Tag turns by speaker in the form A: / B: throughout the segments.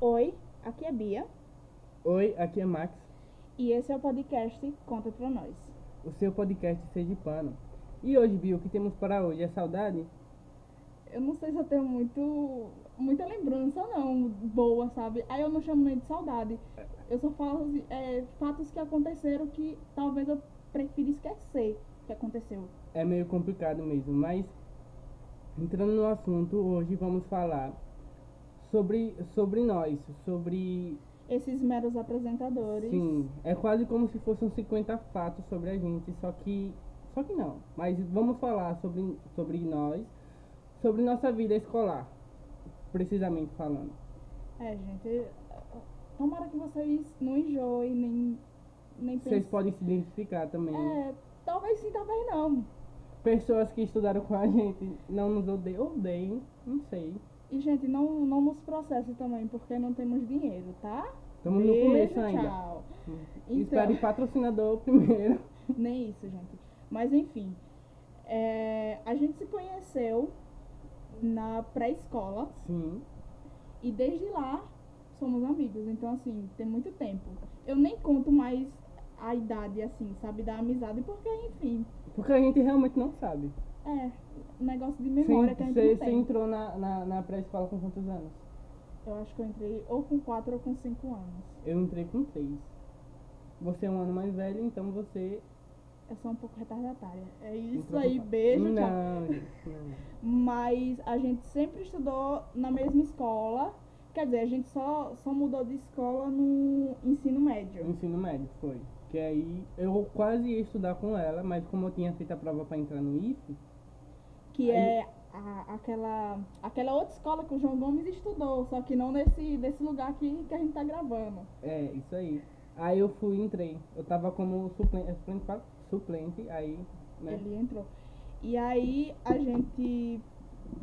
A: Oi, aqui é Bia
B: Oi, aqui é Max,
A: e esse é o podcast Conta Pra Nós.
B: o seu podcast Sergipano. E hoje, Bia, o que temos para hoje? É saudade?
A: Eu não sei se eu tenho muito, muita lembrança não, boa, sabe? Aí eu não chamo nem de saudade. Eu só falo de, é, fatos que aconteceram que talvez eu prefira esquecer que aconteceu.
B: É meio complicado mesmo, mas entrando no assunto, hoje vamos falar sobre, sobre nós, sobre.
A: Esses meros apresentadores.
B: Sim, é quase como se fossem 50 fatos sobre a gente, só que. Só que não. Mas vamos falar sobre, sobre nós, sobre nossa vida escolar, precisamente falando.
A: É, gente, tomara que vocês não enjoem, nem, nem
B: Vocês
A: pensem-
B: podem se identificar também.
A: É, talvez sim, talvez não.
B: Pessoas que estudaram com a gente não nos odeiam, odeiam, não sei.
A: E, gente, não, não nos processe também, porque não temos dinheiro, tá?
B: Estamos no
A: Beijo,
B: começo ainda. Hum.
A: Tchau. Então.
B: Espere patrocinador primeiro.
A: Nem isso, gente. Mas, enfim. é, a gente se conheceu na pré-escola
B: Sim.
A: e desde lá somos amigos. Então, assim, tem muito tempo. Eu nem conto mais a idade, assim, sabe, da amizade, porque, enfim,
B: Porque a gente realmente não sabe.
A: é negócio de memória tá que a gente não
B: Você
A: tem.
B: entrou na, na, na pré-escola com quantos anos?
A: Eu acho que eu entrei ou com 4 ou com 5 anos.
B: Eu entrei com três. Você é um ano mais velho, então você.
A: Eu sou um pouco retardatária. É isso
B: entrou
A: aí,
B: com-
A: beijo, tchau.
B: não, gente, não.
A: Mas a gente sempre estudou na mesma escola. Quer dizer, a gente só, só mudou de escola no ensino médio.
B: Ensino médio foi. Que aí eu quase ia estudar com ela, mas como eu tinha feito a prova pra entrar no IF,
A: Que
B: Aí-
A: é a- aquela, aquela outra escola que o João Gomes estudou, só que não nesse, nesse lugar aqui que a gente tá gravando.
B: é isso aí. Aí eu fui e entrei. Eu tava como suplente, suplente, fala? suplente aí, né?
A: Ele entrou. E aí a gente,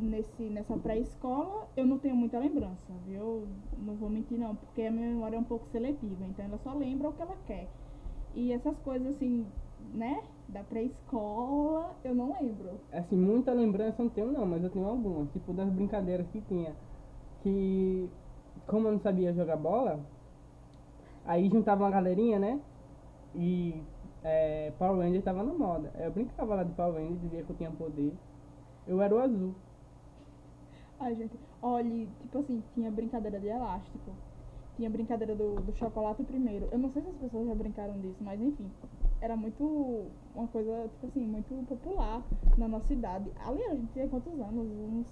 A: nesse, nessa pré-escola, eu não tenho muita lembrança, viu? Não vou mentir não, porque a minha memória é um pouco seletiva, então ela só lembra o que ela quer. E essas coisas assim, né? Da pré-escola, eu não lembro.
B: assim, muita lembrança eu não tenho não, mas eu tenho algumas, tipo das brincadeiras que tinha. Que como eu não sabia jogar bola, aí juntava uma galerinha, né? E é, Power Ranger tava na moda. Eu brincava lá de Power Ranger, dizia que eu tinha poder. Eu era o azul.
A: Ai, gente, olha, tipo assim, tinha brincadeira de elástico. Tinha brincadeira do, do chocolate primeiro. Eu não sei se as pessoas já brincaram disso, mas enfim. Era muito. Uma coisa, tipo assim, muito popular na nossa idade. Ali a gente tinha quantos anos? Uns.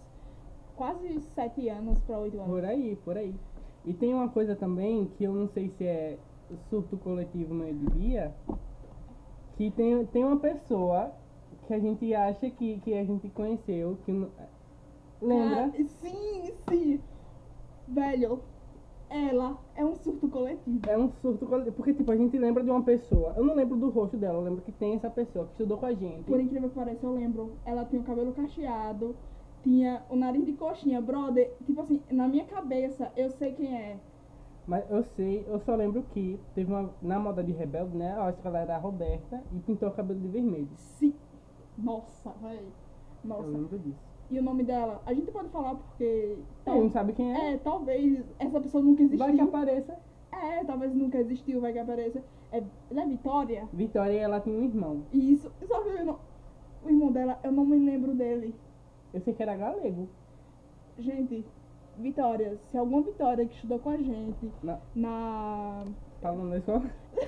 A: Quase sete anos pra oito anos.
B: Por aí, por aí. E tem uma coisa também que eu não sei se é surto coletivo meio de Bia, que tem, tem uma pessoa que a gente acha que, que a gente conheceu, que não- lembra?
A: Ah, sim, sim. Velho, ela é um surto coletivo.
B: É um surto coletivo, porque tipo, a gente lembra de uma pessoa, eu não lembro do rosto dela, eu lembro que tem essa pessoa que estudou com a gente.
A: Por incrível que pareça, eu lembro. Ela tinha o cabelo cacheado, tinha o nariz de coxinha, brother. Tipo assim, na minha cabeça, eu sei quem é.
B: Mas eu sei, eu só lembro que teve uma, na moda de Rebelde, né, eu acho que ela era a Roberta e pintou o cabelo de vermelho.
A: Sim. Nossa, velho.
B: Eu
A: Nossa.
B: lembro disso.
A: E o nome dela? A gente pode falar porque.
B: Ele não sabe quem é,
A: É, talvez essa pessoa nunca
B: vai que
A: existiu.
B: apareça.
A: É, talvez nunca existiu, vai que apareça. É, ela é Vitória?
B: Vitória, ela tem um irmão.
A: E isso. Só que eu não- o irmão dela, eu não me lembro dele.
B: Eu sei que era galego.
A: Gente, Vitória, se alguma Vitória que estudou com a gente
B: Não.
A: na.
B: tá Falando da escola.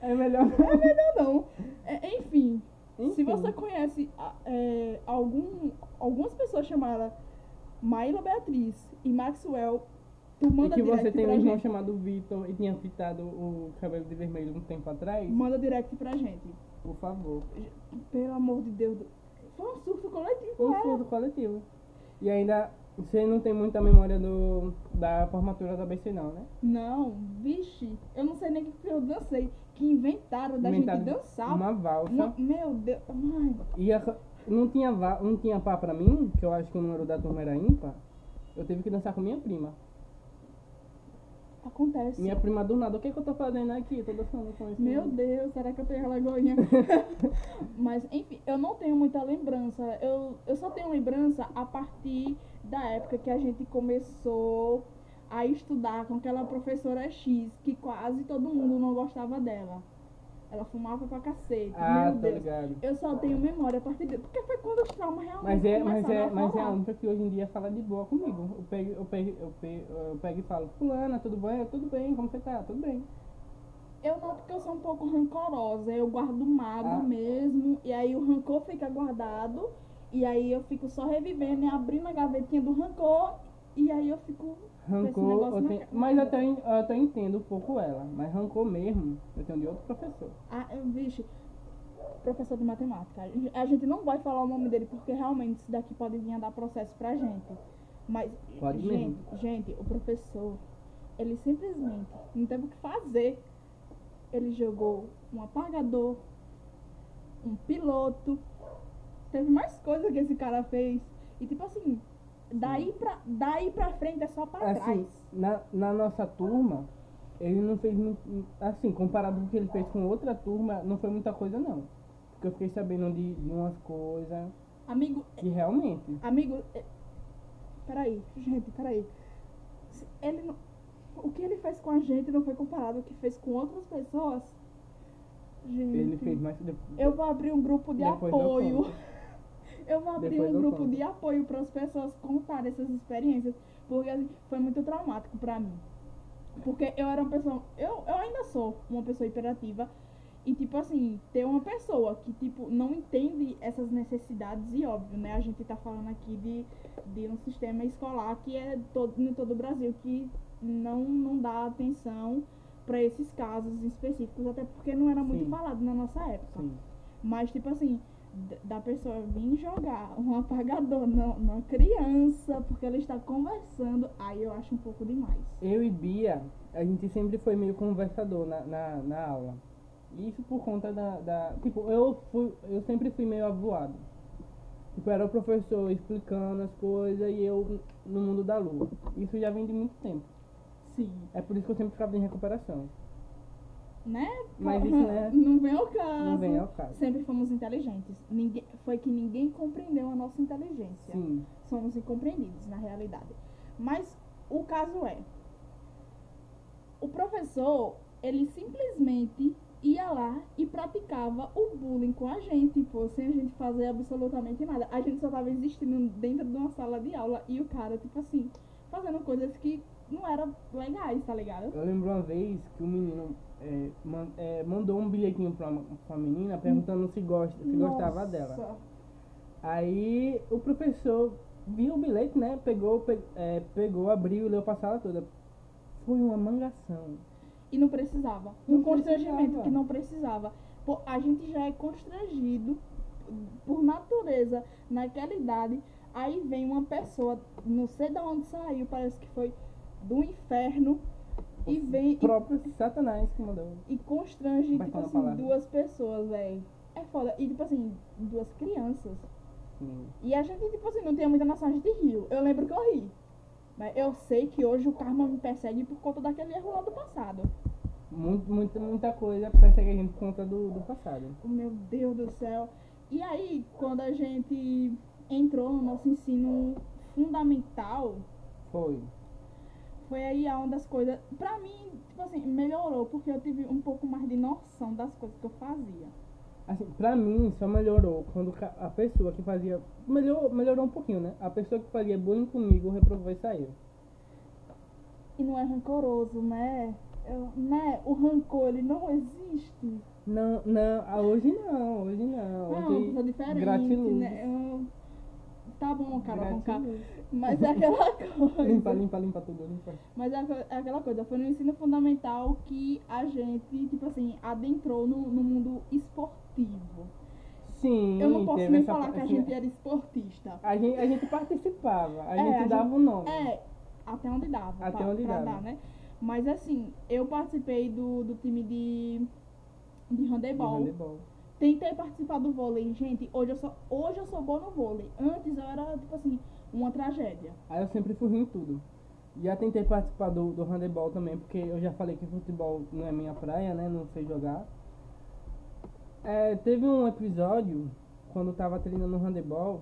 B: É melhor.
A: É melhor não. É, enfim, se
B: Enfim.
A: você conhece a- é, algum, algumas pessoas chamadas Maíla Beatriz e Maxwell, tu
B: E
A: manda
B: que
A: direct
B: você tem um
A: pra
B: irmão
A: gente.
B: chamado Vitor e tinha pintado o cabelo de vermelho um tempo atrás.
A: Manda direct pra gente.
B: Por favor.
A: Pelo amor de Deus. do- Foi um surto coletivo,
B: Um
A: né?
B: surdo coletivo. E ainda você não tem muita memória do, da formatura da BC não, né?
A: Não, vixe. Eu não sei nem o que eu dancei. Que inventaram da
B: Inventaram
A: gente dançar.
B: Uma valsa.
A: Uma- meu Deus. Ai.
B: E a, não tinha va- não tinha pá pra mim, que eu acho que o número da turma era ímpar. Eu tive que dançar com minha prima.
A: Acontece.
B: Minha prima do nada, o que, que eu tô fazendo aqui? Tô dançando com isso.
A: Meu Deus, será que eu tenho a lagoinha? Mas, enfim, eu não tenho muita lembrança. Eu, eu só tenho lembrança a partir da época que a gente começou a estudar com aquela professora X, que quase todo mundo não gostava dela. Ela fumava pra cacete.
B: Ah,
A: Meu
B: tá
A: Deus.
B: ligado.
A: Eu só tenho memória a partir de. Porque foi quando os traumas realmente
B: Mas é, mas é,
A: começaram a
B: mas é a
A: aflorar.
B: única que hoje em dia fala de boa comigo. Eu pego, eu pego, eu pego, eu pego e falo, fulana, tudo bem? Eu, Tudo bem, como você tá? Tudo bem.
A: Eu noto que eu sou um pouco rancorosa, eu guardo mágoa
B: Ah.
A: mesmo, e aí o rancor fica guardado, e aí eu fico só revivendo e abrindo a gavetinha do rancor, e aí eu fico.
B: Rancor,
A: negócio
B: eu
A: na
B: tenho,
A: ca-
B: mas eu até, eu até entendo um pouco ela. Mas rancor mesmo, eu tenho de outro professor.
A: Ah, eu- vixe, professor de matemática. a gente- A gente não vai falar o nome dele, porque realmente isso daqui pode vir a dar processo pra gente. Mas,
B: Pode
A: gente,
B: mesmo.
A: gente, o professor, ele simplesmente não teve o que fazer. Ele jogou um apagador, um piloto. Teve mais coisa que esse cara fez. E tipo assim, daí pra, daí pra frente é só pra
B: Assim,
A: trás.
B: na, na nossa turma, ele não fez muito. Assim, comparado com o que ele fez com outra turma, não foi muita coisa, não. Porque eu fiquei sabendo de, de umas coisas
A: Amigo,
B: que realmente.
A: Amigo, é- peraí, gente, peraí. Se Ele não- O que ele fez com a gente não foi comparado ao que fez com outras pessoas? Gente,
B: Ele fez mais. de-
A: eu vou abrir um grupo de
B: Depois eu
A: apoio.
B: conto.
A: Eu vou abrir
B: Depois
A: um
B: eu
A: grupo
B: conto.
A: de apoio para as pessoas contarem essas experiências, porque assim, foi muito traumático para mim. Porque eu era uma pessoa, eu, eu ainda sou uma pessoa hiperativa e tipo assim, ter uma pessoa que tipo não entende essas necessidades e óbvio, né? A gente tá falando aqui de, de um sistema escolar que é todo em todo o Brasil que não não dá atenção para esses casos específicos, até porque não era muito
B: Sim.
A: falado na nossa época.
B: Sim.
A: Mas, tipo assim, d- da pessoa vir jogar um apagador na- numa criança porque ela está conversando, aí eu acho um pouco demais.
B: Eu e Bia, a gente sempre foi meio conversador na, na, na aula. Isso por conta da, da. Tipo, eu fui. Eu sempre fui meio avoado. Tipo, era o professor explicando as coisas e eu no mundo da lua. Isso já vem de muito tempo.
A: Sim.
B: É por isso que eu sempre ficava em recuperação.
A: Né?
B: Mas
A: Pô,
B: isso não é-
A: não vem ao caso.
B: Não vem ao caso.
A: Sempre fomos inteligentes. Ninguém, foi que ninguém compreendeu a nossa inteligência.
B: Sim.
A: Somos incompreendidos, na realidade. Mas o caso é: o professor, ele simplesmente ia lá e praticava o bullying com a gente, pô, sem a gente fazer absolutamente nada. A gente só tava existindo dentro de uma sala de aula e o cara, tipo assim, fazendo coisas que não eram legais, tá ligado?
B: Eu lembro uma vez que um menino é, man- é, mandou um bilhetinho pra uma, pra uma menina perguntando se, gosta, se gostava
A: Nossa.
B: dela. Aí o professor viu o bilhete, né? Pegou, pe- é, pegou, abriu e leu pra sala toda. Foi uma mangação.
A: E não precisava.
B: Não
A: um constrangimento
B: precisava.
A: que não precisava. Pô, a gente já é constrangido por natureza naquela idade. Aí vem uma pessoa, não sei de onde saiu, parece que foi do inferno, e vem
B: O
A: e,
B: próprio Satanás que mandou.
A: e constrange,
B: Vai
A: tipo
B: falar é a
A: assim,
B: palavra.
A: duas pessoas, velho. É foda. E tipo assim, duas crianças.
B: Sim.
A: E a gente, tipo assim, não tinha muita noção, a gente riu. Eu lembro que eu ri. Mas eu sei que hoje o karma me persegue por conta daquele erro lá do passado.
B: Muito, muito, muita coisa persegue a gente por conta do, do passado.
A: Oh, Meu Deus do céu. E aí, quando a gente entrou no nosso ensino fundamental,
B: Foi.
A: foi aí aonde as coisas, pra mim, tipo assim, melhorou, porque eu tive um pouco mais de noção das coisas que eu fazia.
B: Assim, pra mim só melhorou quando ca- a pessoa que fazia. Melhor, melhorou um pouquinho, né? A pessoa que fazia bullying comigo reprovou e saiu.
A: E não é rancoroso, né? Eu- né? O rancor, ele não existe.
B: Não, não, ah, hoje não, hoje não.
A: Não,
B: Hoje
A: sou diferente,
B: gratiluz.
A: né? Eu- Tá bom, cara, com é. cara.
B: Gratiluz.
A: Mas é aquela coisa.
B: Limpa, limpa, limpa tudo, limpa.
A: Mas é aqua- é aquela coisa, foi no ensino fundamental que a gente, tipo assim, adentrou no, no mundo esportivo.
B: Sim,
A: Eu não posso
B: teve
A: nem
B: essa
A: falar que a
B: parte-
A: gente era esportista.
B: A gente, a gente participava, a
A: É, a
B: gente
A: gente-
B: dava o nome.
A: É, até onde dava.
B: Até
A: pra,
B: onde
A: pra
B: dava.
A: dar, né? Mas assim, eu participei do, do time de, de
B: de
A: handebol.
B: handebol.
A: Tentei participar do vôlei, gente. Hoje eu sou, hoje eu sou boa no vôlei. Antes eu era, tipo assim, uma tragédia.
B: Aí eu sempre fui ruim em tudo. Já tentei participar do, do handebol também, porque eu já falei que futebol não é minha praia, né? Não sei jogar. É, teve um episódio, quando eu tava treinando handebol,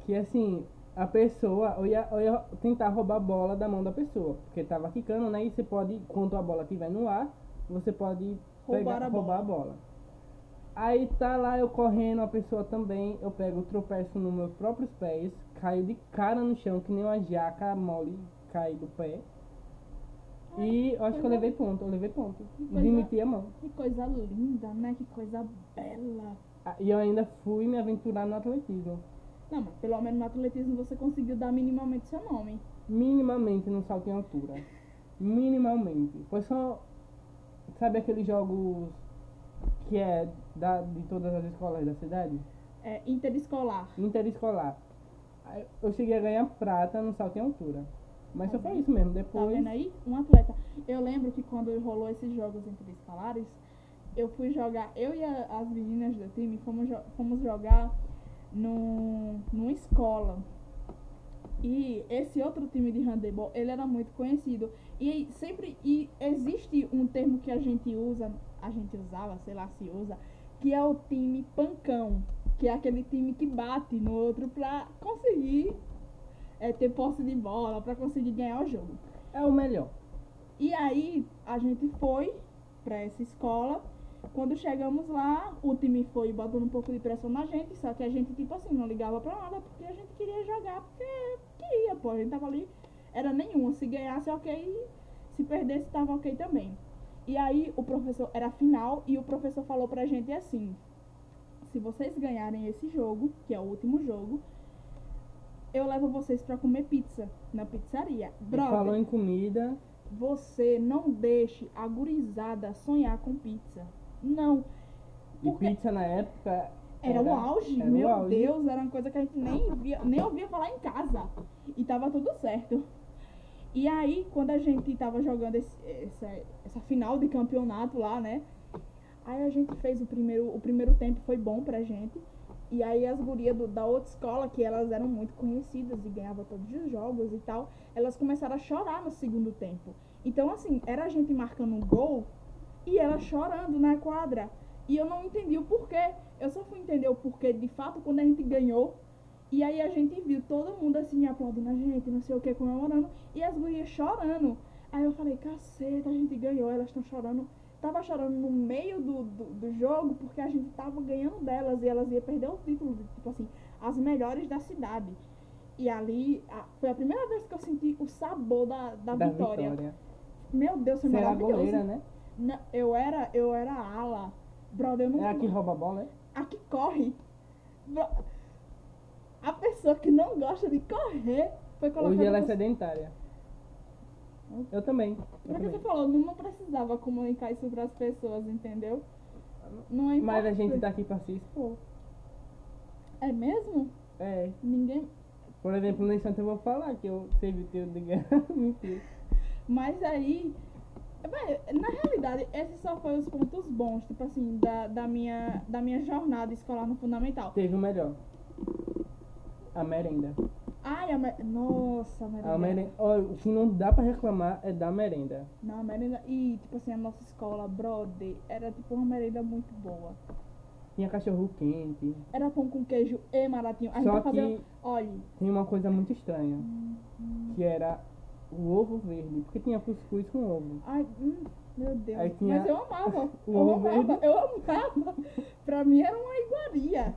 B: que assim, a pessoa, eu ia, eu ia tentar roubar a bola da mão da pessoa, porque tava quicando, né? E você pode, quando a bola estiver no ar, você pode
A: Roubar
B: pegar,
A: a
B: roubar a bola. Aí tá lá eu correndo, a pessoa também, eu pego, tropeço nos meus próprios pés, caio de cara no chão, que nem uma jaca mole, cai do pé. E eu acho que eu levei ponto, eu levei ponto.
A: Pois é.
B: Demiti a mão.
A: Que coisa linda, né? Que coisa bela.
B: Ah, E eu ainda fui me aventurar no atletismo.
A: Não, mas pelo menos no atletismo você conseguiu dar minimamente seu nome.
B: Minimamente no salto em altura. Minimamente. Foi só. Sabe aqueles jogos que é da, de todas as escolas da cidade?
A: É, interescolar.
B: Interescolar. Aí Eu cheguei a ganhar prata no salto em altura. Mas
A: Tá
B: só foi
A: vendo?
B: isso mesmo.
A: Tá
B: Depois.
A: vendo aí? Um atleta. Eu lembro que quando rolou esses jogos interescalares, eu fui jogar, eu e a- as meninas do time fomos, jo- fomos jogar num, numa escola. E esse outro time de handebol, ele era muito conhecido. E aí sempre e existe um termo que a gente usa, a gente usava, sei lá se usa, que é o time pancão. Que é aquele time que bate no outro pra conseguir eh, ter posse de bola, pra conseguir ganhar o jogo.
B: É o melhor.
A: E aí a gente foi pra essa escola. Quando chegamos lá, o time foi botando um pouco de pressão na gente, só que a gente, tipo assim, não ligava pra nada porque a gente queria jogar, porque queria, pô. A gente tava ali, era nenhuma. Se ganhasse, ok. Se perdesse, tava ok também. E aí o professor, era final, e o professor falou pra gente assim: se vocês ganharem esse jogo, que é o último jogo, eu levo vocês pra comer pizza na pizzaria. Brother,
B: Falou em comida.
A: você não deixe a gurizada sonhar com pizza. Não.
B: E
A: Porque
B: pizza na época.
A: era, o auge,
B: era o
A: meu
B: auge.
A: Deus, era uma coisa que a gente nem, via, nem ouvia falar em casa. E tava tudo certo. E aí, quando a gente tava jogando esse- essa, essa final de campeonato lá, né? Aí a gente fez o primeiro, o primeiro tempo foi bom pra gente. E aí as gurias do- da outra escola, que elas eram muito conhecidas e ganhavam todos os jogos e tal, elas começaram a chorar no segundo tempo. Então, assim, era a gente marcando um gol e ela chorando na quadra. E eu não entendi o porquê. Eu só fui entender o porquê de fato quando a gente ganhou. E aí a gente viu todo mundo assim aplaudindo a gente, não sei o que, comemorando. E as gurias chorando. Aí eu falei, caceta, a gente ganhou, elas estão chorando. Tava chorando no meio do, do, do jogo porque a gente tava ganhando delas e elas iam perder o título, de, tipo assim, as melhores da cidade. E ali a- foi a primeira vez que eu senti o sabor da, da,
B: da
A: vitória.
B: vitória.
A: Meu Deus, foi
B: Você era
A: maravilhoso.
B: goleira, né?
A: Na- eu era, eu era ala. Brother, eu não.
B: É a que rouba a bola, é?
A: A que corre. Bro- A pessoa que não gosta de correr foi colocada.
B: Hoje ela é
A: no-
B: sedentária. Eu também. Eu
A: Porque você
B: também.
A: falou, não, não precisava comunicar isso pras pessoas, entendeu? Não é
B: Mas a gente
A: importante.
B: tá aqui pra se expor.
A: É mesmo?
B: É.
A: Ninguém.
B: Por exemplo, no instante eu vou falar que eu servi teu de guerra. Mentira.
A: Mas aí. Véi, Na realidade, esses só foram os pontos bons, tipo assim, da, da, minha, da minha jornada escolar no fundamental.
B: Teve o melhor. A merenda.
A: Ai, a mer... Nossa, a merenda.
B: A merenda. Olha, o que não dá pra reclamar é da merenda.
A: Não, a merenda. E, tipo assim, a nossa escola, brother, era tipo uma merenda muito boa.
B: Tinha cachorro quente.
A: Era pão com queijo e maratinho. A gente
B: Só
A: tá
B: que
A: fazendo. Uhum. Olha,
B: tem uma coisa muito estranha. Que era o ovo verde. Porque tinha cuscuz com ovo.
A: ai, hum, meu Deus.
B: Aí tinha
A: Mas eu amava.
B: o
A: eu
B: ovo
A: amava,
B: verde.
A: eu amava. pra mim era uma iguaria.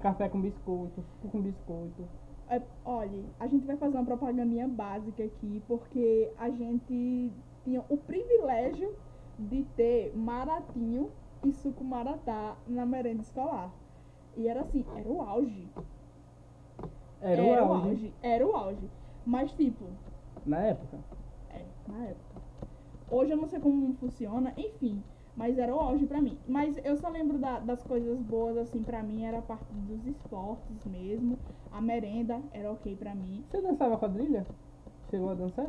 B: Café com biscoito. Suco com biscoito.
A: É, olha, a gente vai fazer uma propagandinha básica aqui, porque a gente tinha o privilégio de ter maratinho e suco maratá na merenda escolar. E era assim, era o auge.
B: Era,
A: É,
B: o auge.
A: Era o auge. Mas, tipo,
B: Na época.
A: é, na época. Hoje eu não sei como funciona, enfim. Mas era o auge pra mim. Mas eu só lembro da- das coisas boas, assim, pra mim era a parte dos esportes mesmo. A merenda era ok pra mim.
B: Você dançava quadrilha? Chegou a dançar?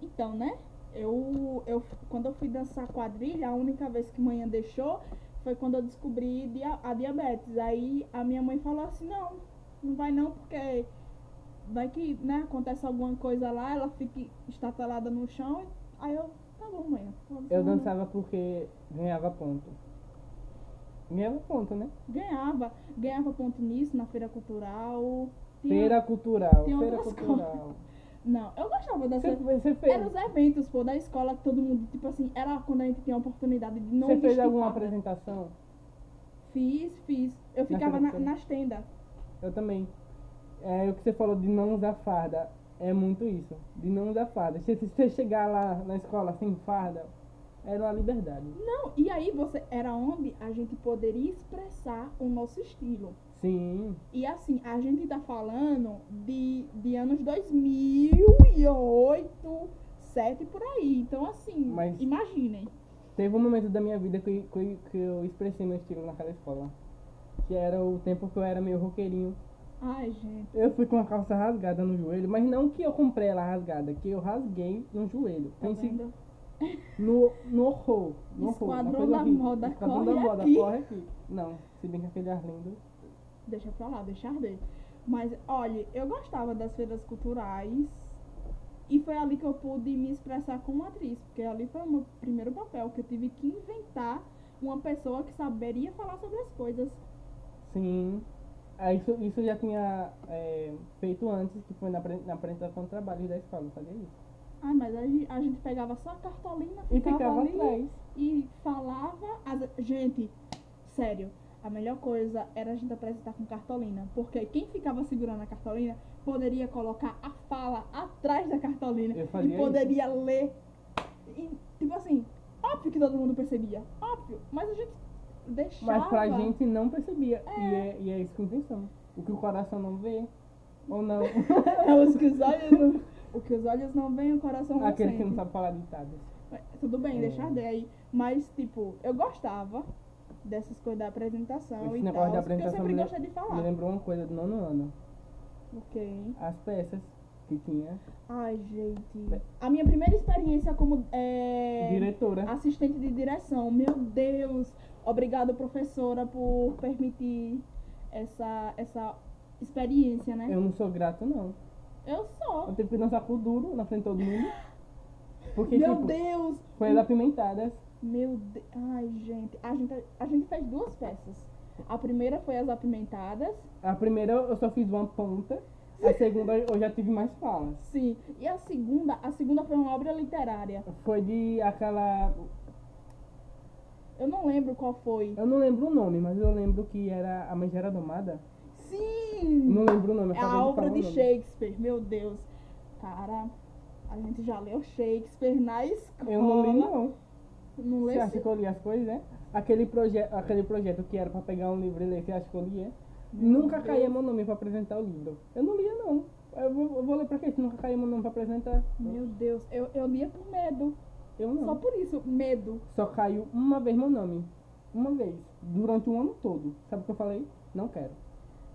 A: Então, né? Eu, eu, quando eu fui dançar quadrilha, a única vez que manhã deixou foi quando eu descobri dia- a diabetes. Aí a minha mãe falou assim, não, não vai não, porque vai que né, acontece alguma coisa lá, ela fica estatelada no chão. Aí eu, tá bom, mãe. vou dançar,
B: Eu
A: não."
B: dançava porque ganhava ponto. Ganhava ponto, né?
A: Ganhava. Ganhava ponto nisso, na feira cultural. Tem-
B: Feira cultural,
A: tem
B: feira
A: outras
B: cultural.
A: Não, eu gostava dessa.
B: Você, você fez,
A: Era os eventos, pô, da escola que todo mundo, tipo assim, era quando a gente tinha a oportunidade de não
B: você fez
A: vestir
B: alguma
A: farda.
B: apresentação?
A: Fiz, fiz. Eu ficava na-
B: feira do
A: nas tendas.
B: Eu também. É o que você falou de não usar farda. É muito isso, de não usar farda. Se se você chegar lá na escola sem farda, era uma liberdade.
A: Não, e aí você era onde a gente poderia expressar o nosso estilo.
B: Sim,
A: E assim, a gente tá falando de, de anos 2008, 2007 por aí. Então, assim,
B: Mas-
A: imaginem.
B: teve um momento da minha vida que, que, que eu expressei meu estilo naquela escola. Que era o tempo que eu era meio roqueirinho.
A: Ai, gente.
B: Eu fui com a calça rasgada no joelho, mas não que eu comprei ela rasgada, que eu rasguei no joelho.
A: Tá
B: Pense
A: vendo?
B: no, no horror. No horror.
A: Esquadrão
B: uma coisa
A: da
B: horrível.
A: moda,
B: Esquadrão da
A: corre
B: moda,
A: aqui.
B: corre aqui. Não, se bem que aquele ar lindo.
A: Deixa pra lá, deixa arder. Mas, olha, eu gostava das feiras culturais. E foi ali que eu pude me expressar como atriz. Porque ali foi o meu primeiro papel, que eu tive que inventar uma pessoa que saberia falar sobre as coisas.
B: Sim. Ah, isso, isso eu já tinha é, feito antes, que foi na, apre- na apresentação de trabalho da escola, sabia isso?
A: Ai, Ah, mas a gente, a gente pegava só a cartolina,
B: E ficava
A: ali
B: atrás.
A: e falava. as- Gente, sério, a melhor coisa era a gente apresentar com cartolina. Porque quem ficava segurando a cartolina poderia colocar a fala atrás da cartolina
B: Eu
A: e
B: fazia
A: poderia ler. E, tipo assim, óbvio que todo mundo percebia, óbvio, mas a gente deixava.
B: Mas pra gente não percebia. E,
A: É.
B: é, e é isso que a intenção. O que o coração não vê, ou não.
A: É, os que os olhos não, o que os olhos não veem, o coração não
B: Aquele
A: sente.
B: que não sabe falar ditados.
A: É, Tudo bem,
B: É.
A: deixa arder aí. Mas, tipo, eu gostava dessas coisas da apresentação
B: Esse
A: e tal.
B: negócio
A: porque
B: de
A: eu
B: apresentação
A: sempre
B: me-
A: gostei de
B: Me
A: falar.
B: lembrou uma coisa do nono ano.
A: Ok.
B: As peças que tinha.
A: Ai, gente. A minha primeira experiência como é,
B: Diretora.
A: assistente de direção. Meu Deus. Obrigado, professora, por permitir essa, essa experiência, né?
B: Eu não sou grato, não.
A: Eu
B: Eu
A: sou.
B: tive que dançar Tipo, com o duro na frente de todo mundo. Porque,
A: Meu
B: tipo,
A: Deus.
B: foi as apimentadas.
A: Meu Deus. Ai, gente. A gente, a gente fez duas peças. A primeira foi as apimentadas.
B: A primeira eu só fiz uma ponta. A segunda eu já tive mais falas.
A: Sim, e a segunda, a segunda foi uma obra literária.
B: Foi de aquela.
A: Eu não lembro qual foi.
B: Eu não lembro o nome, mas eu lembro que era A Mãe Já Era Domada.
A: Sim!
B: Não lembro o nome.
A: É
B: acabei
A: a obra
B: falar o
A: de
B: nome.
A: Shakespeare, meu Deus. Cara, a gente já leu Shakespeare na escola.
B: Eu não li, não.
A: Não
B: Você
A: leu
B: acha que eu li as coisas, né? Aquele, proje aquele projeto que era pra pegar um livro e ler, você acha que eu lia? Nunca caía meu nome pra apresentar o livro. Eu não lia, não. Eu vou, eu vou ler pra quê? Se nunca caía meu nome pra apresentar,
A: Meu Deus, eu, eu lia por medo.
B: eu
A: Hum. Só
B: não.
A: por isso, medo.
B: Só caiu uma vez meu nome. Uma vez. Durante o ano todo. Sabe o que eu falei? Não quero.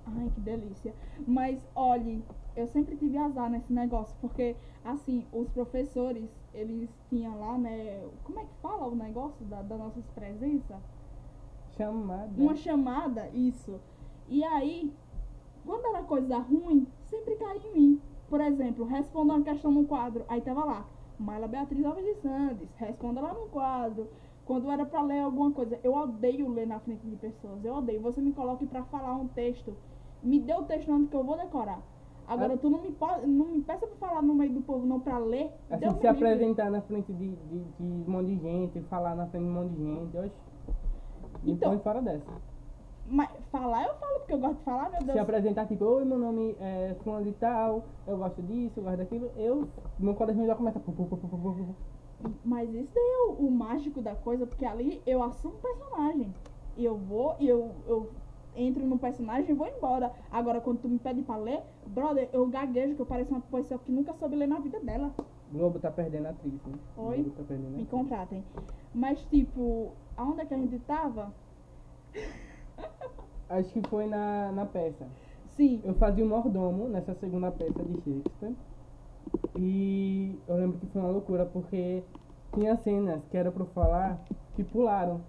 A: Ai, que delícia. Mas olhe, eu sempre tive azar nesse negócio, porque assim, os professores, eles tinham lá, né? Como é que fala o negócio da, da nossa presença?
B: Chamada.
A: uma chamada, isso. E aí, quando era coisa ruim, sempre caía em mim. Por exemplo, responda uma questão no quadro. Aí tava lá, Mayla Beatriz Alves de Sandes, responda lá no quadro. Quando era pra ler alguma coisa, eu odeio ler na frente de pessoas, eu odeio. Você me coloque pra falar um texto, me dê o texto antes que eu vou decorar.
B: É.
A: Agora, tu não me, po- não me peça pra falar no meio do povo, não, pra ler. Deus
B: Assim,
A: me
B: se
A: livre.
B: apresentar na frente de, de, de um monte de gente, falar na frente de um monte de gente, oxe. Me
A: Então,
B: põe fora dessa.
A: Mas falar eu falo, porque eu gosto de falar, meu Deus.
B: Se apresentar tipo, oi, meu nome é fulano de tal, eu gosto disso, eu gosto daquilo, eu, meu coração já começa. a pu, pu, pu, pu, pu, pu, pu.
A: Mas isso daí é o, o mágico da coisa, porque ali eu assumo o personagem. E eu vou, e eu, eu entro no personagem e vou embora. Agora, quando tu me pede pra ler, brother, eu gaguejo que eu pareço uma pessoa que nunca soube ler na vida dela.
B: Globo tá perdendo a atriz, né?
A: Oi?
B: Globo tá perdendo a
A: Me
B: atriz.
A: contratem. Mas, tipo, aonde é que a gente tava?
B: Acho que foi na, na peça.
A: Sim,
B: Eu fazia o mordomo nessa segunda peça de Shakespeare. E eu lembro que foi uma loucura, porque tinha cenas que era pra eu falar que pularam.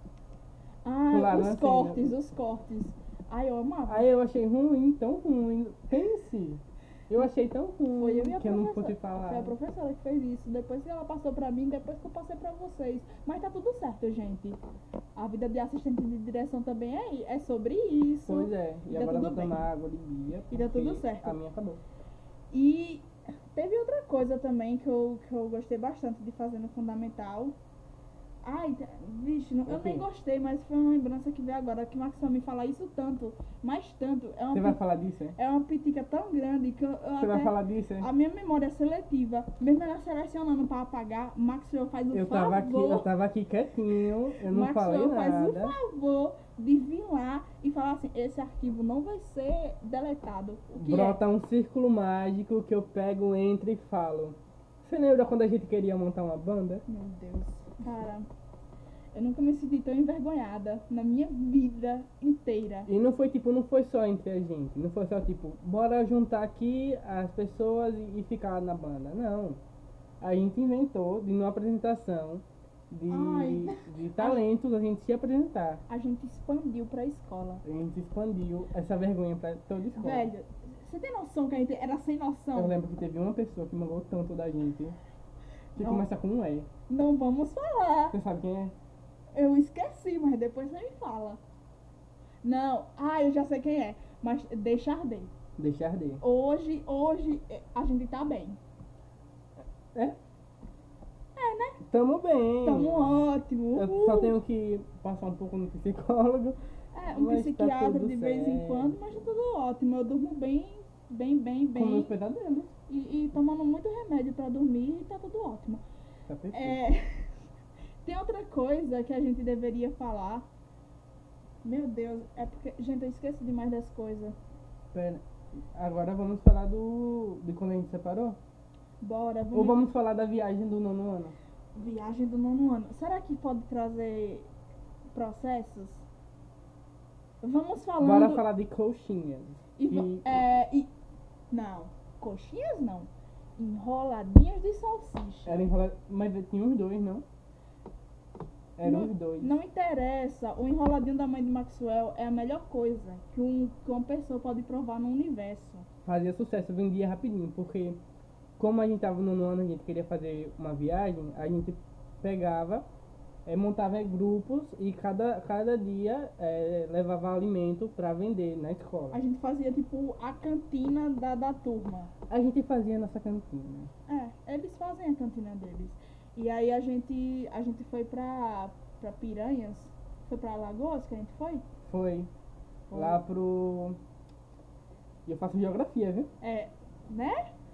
A: ah,
B: Pularam
A: os
B: assim,
A: cortes, os cortes. Ai, eu amava.
B: Aí eu achei ruim, tão ruim. Pense. Eu achei tão ruim
A: Foi eu e a
B: que eu não pude
A: professora.
B: falar.
A: Foi a professora que fez isso. Depois que ela passou pra mim, depois que eu passei pra vocês. Mas tá tudo certo, gente. A vida de assistente de direção também é, é sobre isso.
B: Pois é,
A: E
B: e
A: tá
B: agora eu
A: tudo
B: vou
A: bem.
B: tomar água de dia.
A: E tá tudo
B: porque
A: certo. Tá
B: A minha acabou.
A: E teve outra coisa também que eu, que eu gostei bastante de fazer no Fundamental. Ai, tá- vixe, não- eu
B: É O quê?
A: nem gostei, mas foi uma lembrança que veio agora. Que o Max me falar isso tanto, mas tanto. É
B: Você
A: uma,
B: vai
A: pi-
B: falar disso, é?
A: é uma pitica tão grande que eu, eu
B: Você vai
A: até-
B: falar disso, é?
A: A minha memória é seletiva, mesmo ela selecionando pra apagar, Maxwell faz o
B: Eu
A: favor,
B: tava aqui, eu tava aqui quietinho, eu não
A: Maxwell
B: falei
A: faz um o
B: nada.
A: favor de vir lá e falar assim, esse arquivo não vai ser deletado. O que é?
B: Brota um círculo mágico que eu pego, entro e falo. Você lembra quando a gente queria montar uma banda?
A: Meu Deus, cara, eu nunca me senti tão envergonhada na minha vida inteira.
B: E não foi tipo, não foi só entre a gente, não foi só tipo, bora juntar aqui as pessoas e, e ficar na banda. Não. A gente inventou de numa apresentação de,
A: Ai.
B: de talentos a gente se apresentar.
A: A gente expandiu pra escola.
B: A gente expandiu essa vergonha pra toda a escola.
A: Velho, você tem noção que a gente era sem
B: Eu
A: noção?
B: lembro que teve uma pessoa que mandou tanto da gente. Que
A: Não.
B: começa com um E.
A: Não vamos falar.
B: Você sabe quem é?
A: Eu esqueci, mas depois você me fala. Não, ah, eu já sei quem é, mas deixa arder.
B: Deixar de.
A: Hoje, hoje eh, a gente tá bem.
B: Tamo bem.
A: Tamo ótimo.
B: Eu
A: uhul.
B: só tenho que passar um pouco no psicólogo.
A: É, um
B: Mas tá
A: psiquiatra
B: tudo
A: de vez em
B: certo.
A: quando, mas tá tudo ótimo. Eu durmo bem, bem, bem,
B: Com meus
A: bem.
B: pesadelos.
A: E, e tomando muito remédio pra dormir e tá tudo ótimo.
B: Tá perfeito.
A: É, tem outra coisa que a gente deveria falar. Meu Deus, é porque. Gente, eu esqueço demais das coisas.
B: Pera. Agora vamos falar do. de quando a gente separou?
A: Bora,
B: Ou vamos falar da viagem do nono ano?
A: Viagem do nono ano. Será que pode trazer processos? Vamos falando.
B: Bora falar de coxinha.
A: e, va-
B: e-
A: é, e- Não, coxinhas não. Enroladinhas de salsicha.
B: Era enrola... Mas tinha uns dois, não? Eram
A: Não-
B: os dois.
A: Não interessa, o enroladinho da mãe de Maxwell é a melhor coisa que, um, que uma pessoa pode provar no universo.
B: fazia sucesso, vendia rapidinho, porque como a gente tava no nono ano, a gente queria fazer uma viagem, a gente pegava, eh, montava eh, grupos e cada, cada dia eh, levava alimento para vender na escola.
A: A gente fazia tipo a cantina da, da turma.
B: A gente fazia nossa cantina. né?
A: É, eles fazem a cantina deles. E aí a gente, a gente foi pra, pra Piranhas, foi pra Alagoas que a gente foi?
B: Foi
A: Foi.
B: lá pro. Eu faço geografia, viu?
A: É, né?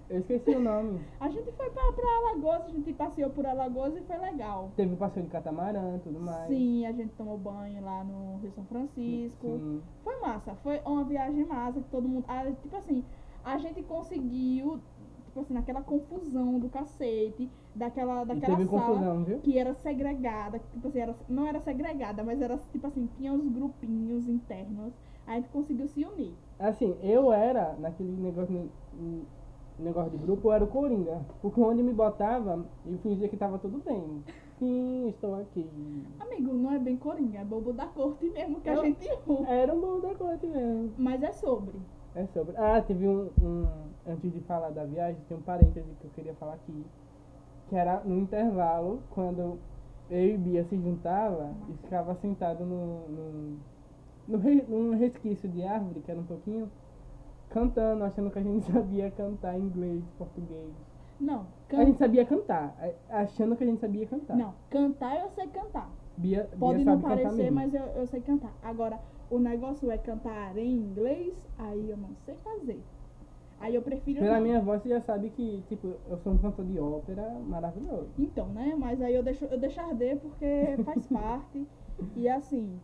B: Eu esqueci o nome.
A: A gente foi pra, pra Alagoas, a gente passeou por Alagoas e foi legal.
B: Teve passeio de catamarã e tudo mais.
A: Sim, a gente tomou banho lá no Rio São Francisco.
B: Sim.
A: Foi massa, foi uma viagem massa que todo mundo. ah, tipo assim, a gente conseguiu, tipo assim, naquela confusão do cacete, daquela,
B: E
A: daquela
B: teve
A: sala.
B: confusão, viu?
A: que era segregada, que, tipo assim, era, não era segregada, mas era tipo assim, tinha os grupinhos internos, aí a gente conseguiu se unir.
B: Assim, eu era, naquele negócio, hum, negócio de grupo, eu era o Coringa. Porque onde me botava, eu fingia que tava tudo bem. Sim, estou aqui.
A: Amigo, não é bem coringa, é bobo da corte mesmo que a
B: Eu-
A: gente ama.
B: Era um bom da corte mesmo.
A: Mas é sobre.
B: É sobre. Ah, teve um, um. Antes de falar da viagem, tem um parêntese que eu queria falar aqui. Que era no intervalo, quando eu e Bia se juntava e ficava sentado no, no, no re- num resquício de árvore, que era um pouquinho, cantando, achando que a gente sabia cantar inglês, português.
A: Não,
B: A
A: can...
B: gente sabia cantar, a- achando que a gente sabia cantar.
A: não, cantar eu sei cantar.
B: Bia,
A: Pode
B: Bia
A: não
B: sabe cantar
A: parecer,
B: mesmo.
A: mas eu, eu sei cantar. Agora, o negócio é cantar em inglês, aí eu não sei fazer. Aí eu prefiro.
B: Pela
A: não.
B: minha voz, você já sabe que, tipo, eu sou um cantor de ópera maravilhoso.
A: Então, né? Mas aí eu deixo, eu deixo arder porque faz parte. E assim,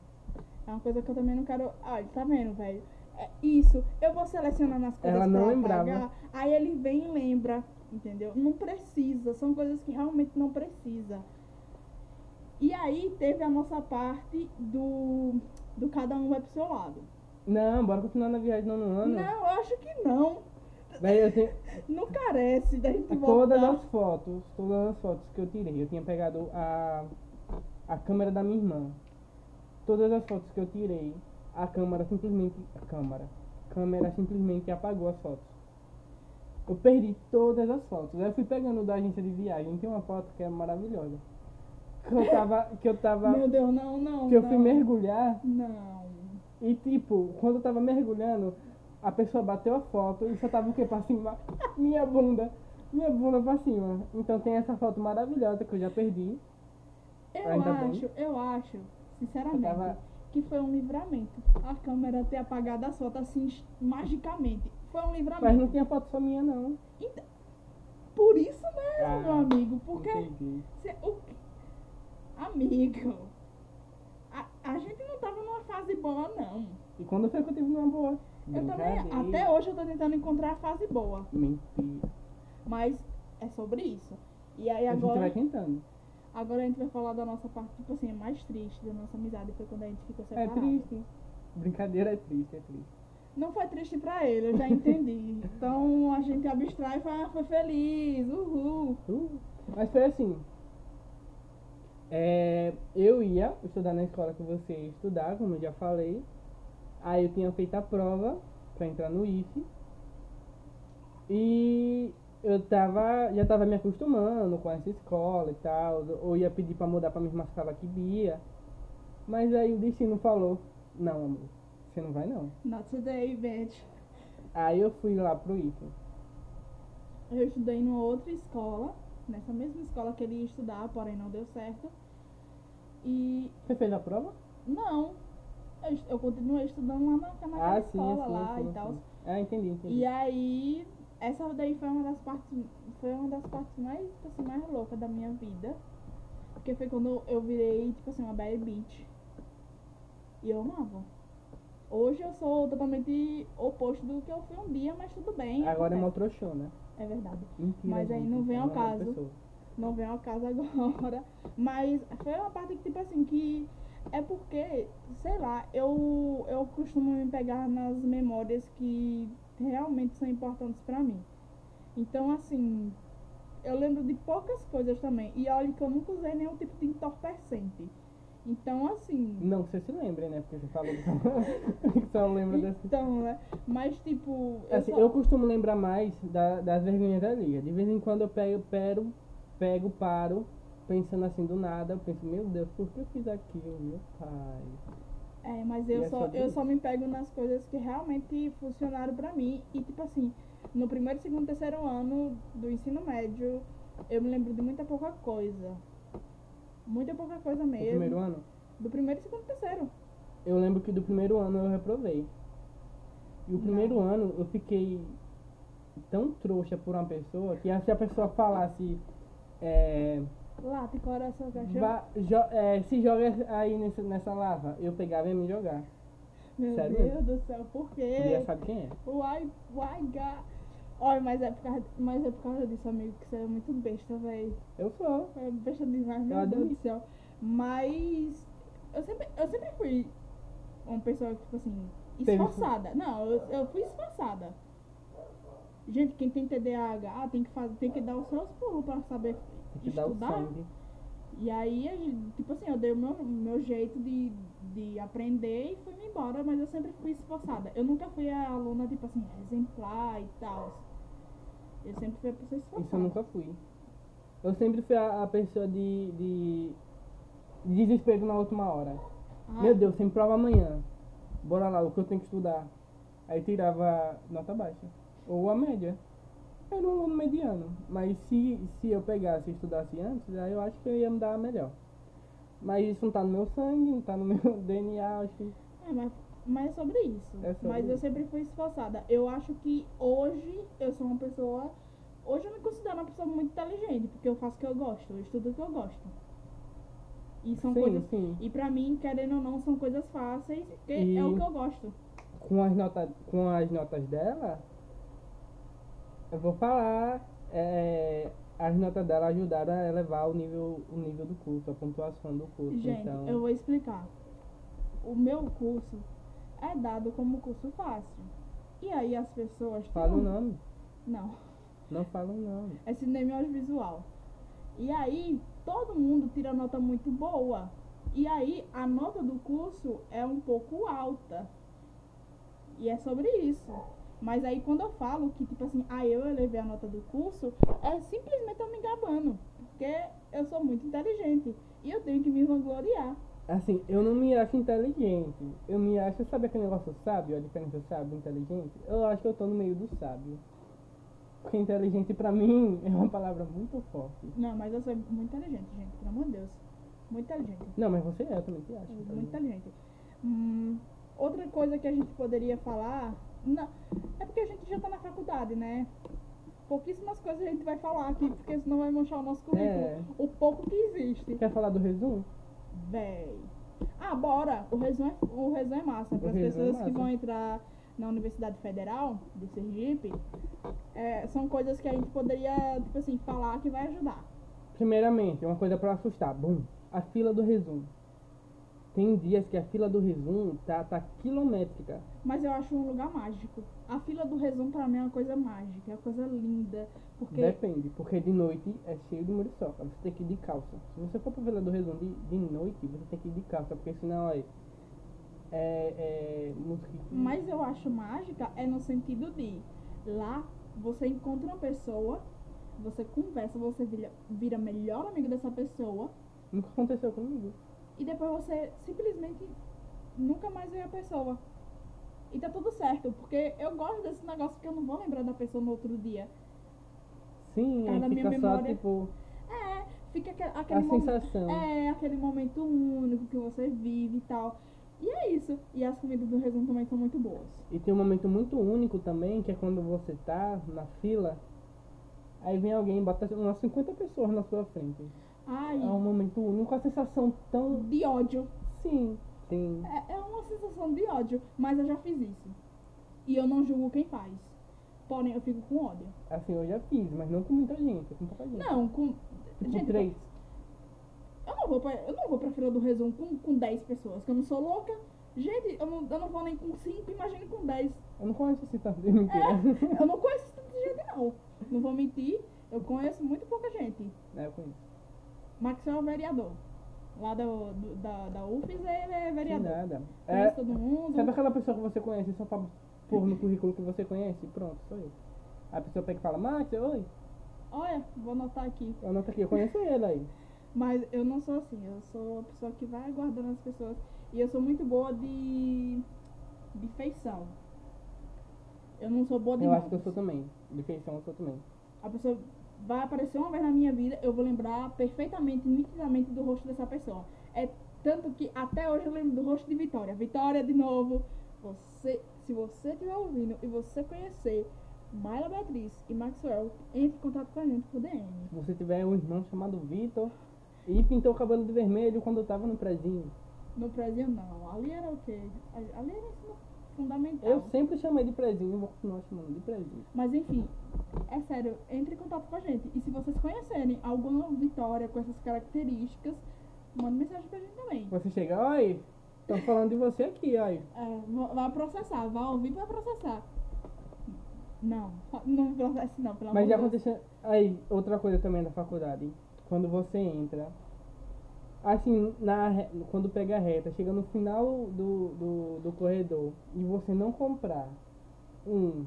A: é uma coisa que eu também não quero. Olha, tá vendo, velho? É isso, eu vou selecionando as coisas
B: Ela não
A: pra
B: lembrava.
A: apagar, aí ele vem e lembra, entendeu? Não precisa, são coisas que realmente não precisa. E aí teve a nossa parte do, do cada um vai pro seu lado.
B: Não, bora continuar na viagem no nono ano.
A: Não, eu acho que não.
B: Daí eu tenho
A: Não carece da gente voltar.
B: todas as fotos, todas as fotos que eu tirei. Eu tinha pegado a, a câmera da minha irmã. Todas as fotos que eu tirei, a câmera simplesmente. A câmera. A câmera simplesmente apagou as fotos. Eu perdi todas as fotos. Aí eu fui pegando da agência de viagem. Tem uma foto que é maravilhosa. Que eu tava. Que eu tava.
A: Meu Deus, não, não.
B: que eu
A: não.
B: fui mergulhar.
A: Não.
B: E tipo, quando eu tava mergulhando, a pessoa bateu a foto e só tava o quê? Pra cima? Minha bunda. Minha bunda pra cima. Então tem essa foto maravilhosa que eu já perdi.
A: Eu
B: Ainda bem.
A: acho, eu acho,
B: Eu
A: sinceramente,
B: tava.
A: que foi um livramento. A câmera ter apagado a foto assim, est- magicamente. Foi um
B: Mas
A: livramento. Então,
B: não tinha foto só minha, não.
A: Por isso mesmo,
B: Ah,
A: meu amigo. Porque
B: Entendi.
A: Cê- o que- Amigo, a, a gente não tava numa fase boa, não.
B: E quando foi que eu tive uma boa?
A: Eu também,
B: Brincadeira.
A: até hoje eu tô tentando encontrar a fase boa,
B: Mentira.
A: mas é sobre isso. E aí
B: A gente
A: agora,
B: vai tentando.
A: agora a gente vai falar da nossa parte, tipo assim, mais triste da nossa amizade, foi quando a gente ficou
B: É
A: separado.
B: triste. Brincadeira é triste, é triste.
A: Não foi triste pra ele, eu já entendi. então a gente abstrai e fala, ah, foi feliz, uhul.
B: Uh, Mas foi assim. É, eu ia estudar na escola que você ia estudar, como eu já falei. Aí eu tinha feito a prova pra entrar no IFE. E eu tava, já tava me acostumando com essa escola e tal. Ou ia pedir pra mudar pra mesma sala que Bia. Mas aí o destino falou, não amor, você não vai não.
A: Not today, bitch.
B: Aí eu fui lá pro IFE.
A: Eu estudei numa outra escola, nessa mesma escola que ele ia estudar, porém não deu certo. E
B: Você fez a prova?
A: não, eu, est- eu continuei estudando lá na, naquela escola lá e tal.
B: Ah, sim. Ah, entendi, entendi.
A: E aí, essa daí foi uma das partes, foi uma das partes mais, tipo assim, mais loucas da minha vida. Porque foi quando eu virei, tipo assim, uma bad bitch. E eu amava. Hoje eu sou totalmente oposto do que eu fui um dia, mas tudo bem.
B: Agora é
A: acontece.
B: uma né?
A: É verdade.
B: Mentira.
A: Mas aí
B: gente,
A: não vem
B: é
A: ao
B: uma outra
A: caso.
B: pessoa.
A: não vem ao caso agora. Mas foi uma parte que, tipo assim, que é porque, sei lá, eu, eu costumo me pegar nas memórias que realmente são importantes pra mim. Então, assim, eu lembro de poucas coisas também. E olha que eu nunca usei nenhum tipo de entorpecente. Então, assim.
B: Não que você se lembre, né? Porque você falou que só- que só lembra dessas.
A: Então, né? Mas, tipo. eu
B: Assim,
A: só-
B: eu costumo lembrar mais da- das vergonhas da liga. De vez em quando eu pego, pego, pego, paro, pensando assim do nada. Eu penso, meu Deus, por que eu fiz aquilo, meu pai?
A: É, mas
B: E
A: eu
B: é
A: só,
B: sobre
A: eu
B: isso.
A: só me pego nas coisas que realmente funcionaram pra mim. E, tipo assim, no primeiro, segundo, terceiro ano do ensino médio, eu me lembro de muita pouca coisa. Muita pouca coisa
B: No
A: mesmo.
B: primeiro ano?
A: Do primeiro, segundo, terceiro.
B: Eu lembro que do primeiro ano eu reprovei. E o
A: Não.
B: primeiro ano eu fiquei tão trouxa por uma pessoa que se a pessoa falasse. É,
A: Lá, tipo, tem coração, cachorro.
B: Ba- jo- é, se joga aí nesse- nessa lava, eu pegava e ia me jogar.
A: Meu
B: sério?
A: Deus do céu, por quê?
B: E já sabe quem é.
A: Why, why, God? Olha, mas é, por causa, mas é por causa disso, amigo, que você é muito besta, véi.
B: Eu sou.
A: É besta demais, meu
B: Eu
A: Deus do
B: admito.
A: céu. Mas eu sempre, eu sempre fui uma pessoa, tipo assim,
B: Teve-
A: esforçada. Não, eu, eu fui esforçada. Gente, quem tem TDAH ah, tem que, fazer, tem que dar os seus pulos pra saber
B: Tem que dar o
A: estudar.
B: sangue.
A: E aí, eu- tipo assim, eu dei o meu, meu jeito de, de aprender e fui-me embora, mas eu sempre fui esforçada. Eu nunca fui a aluna, tipo assim, exemplar e tal. Eu sempre fui a pessoa esforçada.
B: Isso eu nunca fui. Eu sempre fui a, a pessoa de, de desespero na última hora.
A: Ah,
B: Meu Deus, tem prova amanhã. Bora lá, o que eu tenho que estudar? Aí tirava nota baixa. Ou a média. Eu era um aluno mediano. Mas se, se eu pegasse e estudasse antes, aí eu acho que eu ia me dar melhor. Mas isso não tá no meu sangue, não tá no meu DNA, acho que.
A: É, mas, mas é sobre isso.
B: É sobre
A: mas eu
B: isso.
A: sempre fui esforçada. Eu acho que hoje eu sou uma pessoa. Hoje eu me considero uma pessoa muito inteligente, porque eu faço o que eu gosto, eu estudo o que eu gosto. E são
B: sim,
A: coisas.
B: sim.
A: E pra mim, querendo ou não, são coisas fáceis, porque
B: E-
A: é o que eu gosto.
B: Com as, nota, com as notas dela, eu vou falar. é, as notas dela ajudaram a elevar o nível, o nível do curso, a pontuação do curso.
A: Gente,
B: então,
A: eu vou explicar. O meu curso é dado como curso fácil. E aí as pessoas.
B: fala o
A: têm um-
B: nome.
A: Não.
B: Não fala o nome.
A: é cinema audiovisual. E aí, todo mundo tira nota muito boa. E aí, a nota do curso é um pouco alta. E é sobre isso. Mas aí quando eu falo que, tipo assim, ah, eu elevei a nota do curso, é simplesmente eu me gabando. Porque eu sou muito inteligente. E eu tenho que me vangloriar.
B: Assim, eu não me acho inteligente. Eu me acho, sabe aquele negócio sábio, a diferença sábio e inteligente? Eu acho que eu tô no meio do sábio. Porque inteligente pra mim é uma palavra muito forte.
A: Não, mas eu sou muito inteligente, gente, pelo amor de Deus. Muito inteligente.
B: Não, mas você é, eu também te acho.
A: Muito inteligente. Hum, outra coisa que a gente poderia falar. Não, é porque a gente já tá na faculdade, né? Pouquíssimas coisas a gente vai falar aqui, porque senão vai manchar o nosso currículo.
B: É.
A: O pouco que existe.
B: Quer falar do resumo?
A: Véi. Ah, bora! O resumo é, o resumo é massa.
B: O
A: Para as
B: resumo é
A: pessoas que
B: massa.
A: vão entrar na Universidade Federal de Sergipe, é, são coisas que a gente poderia, tipo assim, falar que vai ajudar.
B: Primeiramente, é uma coisa pra assustar. Bum, a fila do resumo. Tem dias que a fila do resumo tá, tá quilométrica.
A: Mas eu acho um lugar mágico. A fila do resumo, pra mim, é uma coisa mágica, é uma coisa linda. Porque
B: Depende, porque de noite é cheio de muriçoca. Você tem que ir de calça. Se você for pra fila do resumo de, de noite, você tem que ir de calça, porque senão aí. É. É. Mosquito.
A: Mas eu acho mágica é no sentido de lá você encontra uma pessoa, você conversa, você vira, vira melhor amigo dessa pessoa
B: Nunca aconteceu comigo.
A: e depois você simplesmente nunca mais vê a pessoa. E tá tudo certo, porque eu gosto desse negócio porque eu não vou lembrar da pessoa no outro dia.
B: Sim,
A: Cara,
B: aí
A: Tá na
B: fica
A: minha
B: só
A: memória-
B: tipo.
A: É, fica aquele, aquele
B: A
A: momento.
B: sensação.
A: É, aquele momento único que você vive e tal. E é isso. E as comidas do resumo também são muito boas.
B: E tem um momento muito único também, que é quando você tá na fila, aí vem alguém, bota umas 50 pessoas na sua frente.
A: Ai,
B: É um momento único, a sensação tão.
A: de ódio.
B: Sim, sim.
A: É, é uma sensação de ódio, mas eu já fiz isso. E eu não julgo quem faz. Porém, eu fico com ódio.
B: Assim, eu já fiz, mas não com muita gente, com pouca gente.
A: Não, com.
B: tipo,
A: gente,
B: três.
A: Eu não vou pra, eu não vou pra fila do resumo com, com 10 pessoas, que eu não sou louca. Gente, eu não, eu não vou nem com 5, imagine com 10.
B: Eu não conheço esse tanto de mentira.
A: Eu não conheço tanta gente, não. Não vou mentir, eu conheço muito pouca gente.
B: É, eu conheço.
A: Maxwell é um vereador. Lá do, do- da, da UFES, ele é
B: Que
A: vereador.
B: Nada.
A: Conhece
B: É,
A: todo mundo.
B: sabe aquela pessoa que você conhece só pra pôr no currículo que você conhece? Pronto, sou eu. A pessoa pega e fala, Max, oi,
A: Olha, vou anotar aqui.
B: eu anoto aqui, eu conheço ele aí.
A: Mas eu não sou assim, eu sou uma pessoa que vai aguardando as pessoas. E eu sou muito boa de. de feição. Eu não sou boa de
B: Eu acho
A: notas.
B: que eu sou também. De feição eu sou também.
A: A pessoa vai aparecer uma vez na minha vida, eu vou lembrar perfeitamente, nitidamente do rosto dessa pessoa. É tanto que até hoje eu lembro do rosto de Vitória. Vitória, de novo, você, se você estiver ouvindo e você conhecer Mayla Beatriz e Maxwell, entre em contato com a gente por DM.
B: Se você tiver um irmão chamado Vitor e pintou o cabelo de vermelho quando eu tava no prezinho.
A: No Brasil, não. Ali era o quê? Ali era ensino fundamental.
B: Eu sempre chamei de prezinho, vou continuar chamando de prezinho.
A: Mas enfim, é sério, entre em contato com a gente. E se vocês conhecerem alguma Vitória com essas características, manda mensagem pra gente também.
B: Você chega, oi, tô falando de você aqui, oi.
A: É, va- vai processar, vai ouvir pra processar. Não, fa- não processe não, pelo
B: Mas já
A: amor de Deus.
B: aconteceu. Aí, outra coisa também da faculdade. Quando você entra. Assim, na, re- quando pega a reta, chega no final do, do, do corredor e você não comprar um.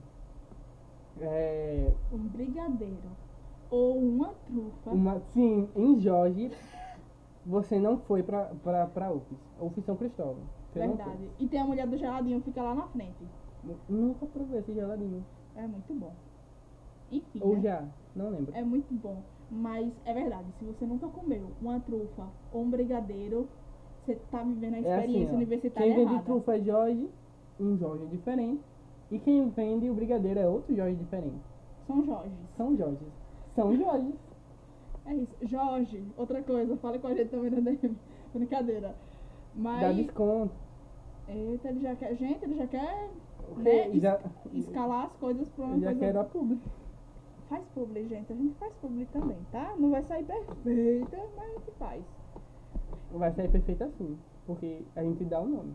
B: É,
A: Um brigadeiro ou uma trufa.
B: uma, sim, em Jorge, você não foi pra, pra, pra UFES. UFES São Cristóvão. Você não foi.
A: Verdade. E tem a mulher do geladinho, fica lá na frente.
B: Nu- Nunca provei esse geladinho.
A: É muito bom. Enfim.
B: Ou
A: né?
B: já, não lembro.
A: É muito bom. Mas é verdade, se você nunca comeu uma trufa ou um brigadeiro, você tá vivendo a
B: É assim,
A: experiência
B: ó,
A: universitária
B: Quem vende
A: errada.
B: trufa é Jorge, um Jorge diferente. E quem vende o brigadeiro é outro Jorge diferente.
A: São Jorge.
B: São Jorge. São Jorge.
A: É isso. Jorge, outra coisa, fala com a gente também na DM. Brincadeira.
B: Dá
A: Mas.
B: desconto.
A: Eita, ele já quer. Gente, ele já quer
B: Né?
A: né,
B: Já,
A: escalar as coisas pra uma
B: já
A: coisa.
B: quero a publi.
A: Faz publi, gente. A gente faz publi também, tá? Não vai sair perfeita, mas a gente faz.
B: Vai sair perfeito assim. Porque a gente dá o nome.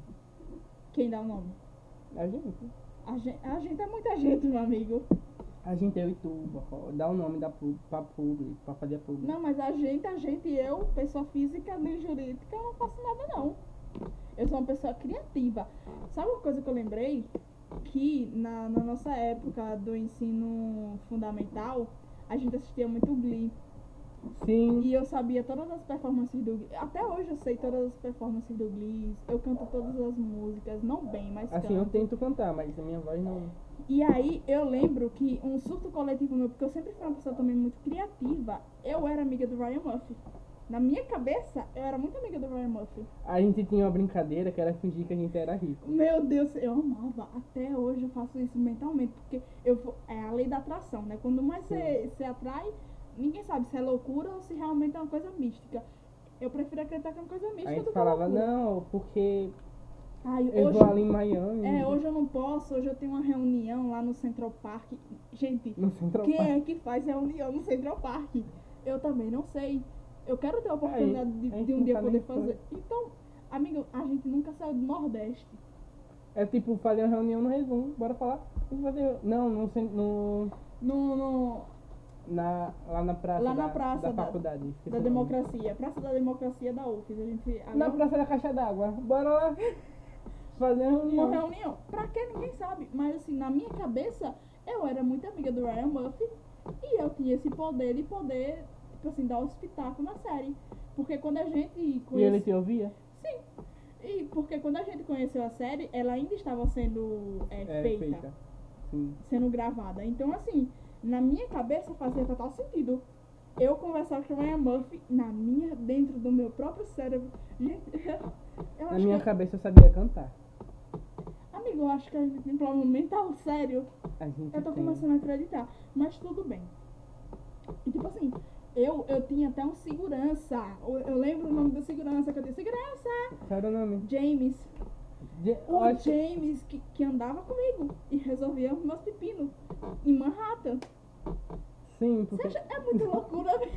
A: Quem dá o nome?
B: A gente.
A: A gente, a gente é muita gente, meu amigo.
B: A gente é o Ituba. ó, Dá o nome da pub, pra publi. Pra fazer a publi.
A: Não, mas a gente, a gente, eu, pessoa física nem jurídica, eu não faço nada não. Eu sou uma pessoa criativa. Sabe uma coisa que eu lembrei? que na, na nossa época do ensino fundamental, a gente assistia muito Glee.
B: Sim.
A: E eu sabia todas as performances do Glee. Até hoje eu sei todas as performances do Glee. Eu canto todas as músicas, não bem, mas
B: Assim, eu
A: canto.
B: tento cantar, mas a minha voz não.
A: E aí eu lembro que um surto coletivo meu, porque eu sempre fui uma pessoa também muito criativa, eu era amiga do Ryan Murphy. Na minha cabeça, eu era muito amiga do Ryan Murphy.
B: A gente tinha uma brincadeira que era fingir que a gente era rico.
A: Meu Deus, eu amava. Até hoje eu faço isso mentalmente, porque eu vou- é a lei da atração, né? Quando mais você você atrai, ninguém sabe se é loucura ou se realmente é uma coisa mística. Eu prefiro acreditar que é uma coisa mística
B: A
A: do
B: gente
A: que uma
B: falava,
A: loucura.
B: não, porque
A: Ai,
B: eu
A: hoje,
B: vou ali em Miami.
A: é, hoje eu não posso, hoje eu tenho uma reunião lá no Central Park. Gente,
B: No Central
A: Quem
B: Park.
A: é que faz reunião no Central Park? Eu também não sei. Eu quero ter a oportunidade de,
B: a gente
A: de um
B: não
A: dia
B: tá
A: poder
B: nem
A: fazer. Então, amigo, a gente nunca saiu do Nordeste.
B: É tipo, fazer uma reunião no Resumo, bora falar. Vamos fazer. Não, no, cen- no,
A: No, no-
B: na, lá na praça.
A: Lá na
B: da,
A: praça
B: da
A: da-
B: faculdade. esqueci
A: da
B: o nome.
A: democracia. né? Praça da Democracia da UFES. A gente. é a
B: Na
A: minha-
B: praça da Caixa d'Água. Bora lá fazer uma
A: uma
B: reunião.
A: reunião. Pra quê? Ninguém sabe. Mas assim, na minha cabeça, eu era muito amiga do Ryan Murphy e eu tinha esse poder de poder, tipo assim, dar o espetáculo na série. Porque quando a gente
B: E ele
A: conhece.
B: te ouvia?
A: Sim. E porque quando a gente conheceu a série, ela ainda estava sendo é, feita,
B: Sim.
A: sendo gravada. Então, assim, na minha cabeça fazia total sentido. Eu conversar com a Ryan Murphy na minha, dentro do meu próprio cérebro. Gente, eu
B: Na
A: acho
B: minha
A: que.
B: cabeça eu sabia cantar.
A: Amigo, eu acho que a gente tem problema mental sério.
B: A gente
A: Eu tô
B: tem.
A: começando a acreditar. Mas tudo bem. E tipo assim, eu, eu tinha até um segurança. Eu, eu lembro o nome do segurança que eu tinha. Segurança!
B: Qual era o nome?
A: James.
B: Je- eu
A: O
B: acho-
A: James que, que andava comigo e resolvia os meus pepinos em Manhattan.
B: Sim,
A: Você
B: porque
A: acha- é muita loucura, né?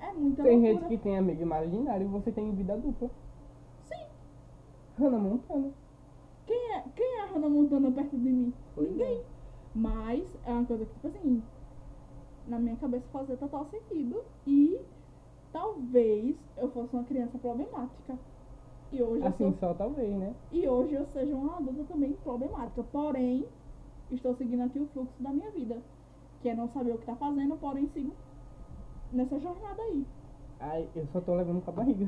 A: É muita
B: tem gente
A: loucura.
B: que tem amigo imaginário e você tem vida dupla.
A: Sim.
B: Hannah Montana.
A: Quem é, quem é a Hannah Montana perto de mim?
B: Pois é.
A: Ninguém. Mas é uma coisa que, tipo assim, na minha cabeça fazia total sentido. E talvez eu fosse uma criança problemática. E hoje, eu
B: Assim,
A: sou,
B: só talvez, né?
A: e hoje eu seja uma adulta também problemática. Porém, estou seguindo aqui o fluxo da minha vida. Que é não saber o que tá fazendo, porém sigo nessa jornada aí.
B: Ai, eu só tô levando com a barriga.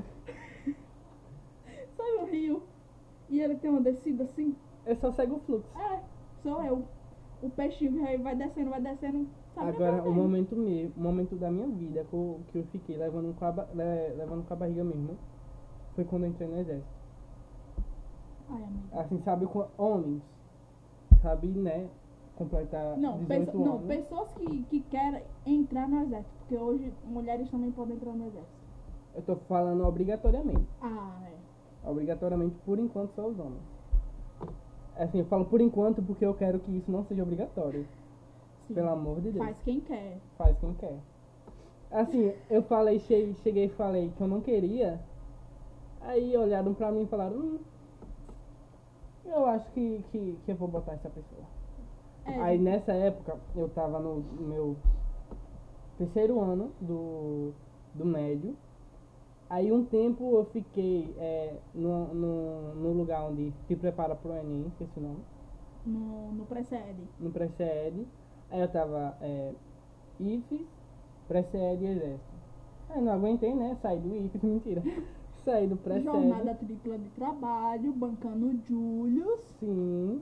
A: Sabe o rio? E ele tem uma descida assim?
B: Eu só segue o fluxo.
A: É, sou eu. O peixinho aí vai descendo, vai descendo. Sabe
B: Agora,
A: pra
B: o
A: onde?
B: momento meu, o momento da minha vida que eu, que eu fiquei levando com, a, ba- le- levando com a barriga mesmo, né? foi quando eu entrei no exército.
A: Ai, amigo.
B: Assim, sabe, com homens, sabe, né, completar
A: Não,
B: 18
A: pesso-
B: anos.
A: não, pessoas que, que querem entrar no exército. Porque hoje mulheres também podem entrar no exército.
B: Eu tô falando obrigatoriamente.
A: Ah, é.
B: Obrigatoriamente, por enquanto, só os homens. Assim, eu falo por enquanto porque eu quero que isso não seja obrigatório.
A: Sim.
B: Pelo amor de Deus.
A: Faz quem quer.
B: Faz quem quer. Assim, eu falei, che- cheguei e falei que eu não queria. Aí olharam pra mim e falaram, hum, eu acho que, que, que eu vou botar essa pessoa.
A: É,
B: Aí né? nessa época eu tava no meu terceiro ano do, do médio. Aí um tempo eu fiquei é, no, no, no lugar onde se prepara pro Enem, esqueci o nome
A: no, no precede.
B: no pré-CL. Aí eu tava é, IFES, pré-CL e Exército. Aí não aguentei, né? Saí do IFES, mentira. Saí do
A: Jornada
B: pré-CL.
A: tripla de trabalho, bancando o Julius.
B: Sim.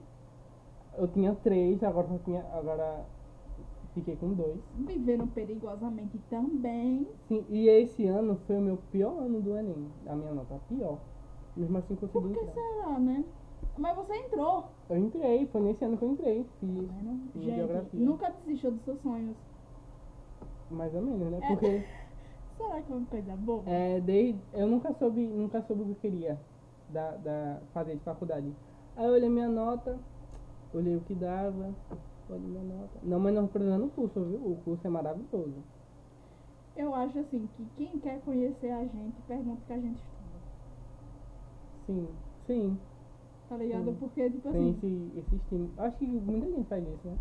B: Eu tinha três, agora só tinha. Agora fiquei com dois.
A: Viveram perigosamente também.
B: Sim, e esse ano foi o meu pior ano do Enem. A minha nota pior. Mesmo assim consegui
A: Por que
B: entrar.
A: será, né? Mas você entrou.
B: Eu entrei, foi nesse ano que eu entrei. Fiz
A: Tá vendo?
B: em
A: Gente,
B: geografia.
A: nunca desista dos seus sonhos.
B: mais ou menos, né?
A: É.
B: Porque
A: Será que é uma coisa boa?
B: É, desde, eu nunca soube, nunca soube o que eu queria da, da, fazer de faculdade. Aí eu olhei minha nota, olhei o que dava, olhei minha nota. Não, mas não precisando o curso, viu? O curso é maravilhoso.
A: Eu acho assim que quem quer conhecer a gente pergunta o que a gente estuda.
B: Sim, sim.
A: Tá ligado?
B: Sim.
A: Porque, tipo
B: Tem
A: assim.
B: esse, esse estímulo. Acho que muita gente faz isso, né?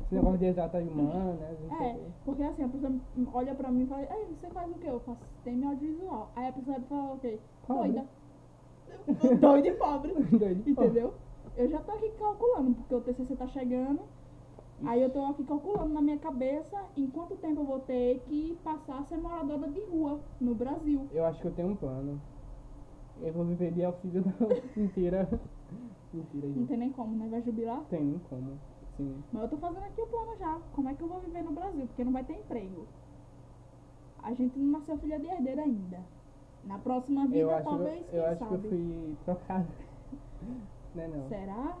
B: Esse negócio de exatas humanas, não sei o
A: É,
B: quê.
A: porque assim, a pessoa olha pra mim e fala, Ei, você faz o quê? Eu faço sistema e audiovisual. Aí a pessoa fala, ok,
B: Pobre.
A: É, doida. Doida e pobre.
B: Doido.
A: Entendeu? Eu já tô aqui calculando, porque o TCC tá chegando. Aí eu tô aqui calculando na minha cabeça em quanto tempo eu vou ter que passar a ser moradora de rua no Brasil.
B: Eu acho que eu tenho um plano. Eu vou viver de auxílio da mentira. Mentira,
A: Não
B: gente.
A: tem nem como, né? Vai jubilar.
B: Tem nem como. Sim.
A: Mas eu tô fazendo aqui o plano já. Como é que eu vou viver no Brasil? Porque não vai ter emprego. A gente não nasceu filha de herdeira ainda. Na próxima vida,
B: Eu acho,
A: talvez,
B: eu
A: quem
B: acho que
A: sabe.
B: eu fui trocada. Né não?
A: Será?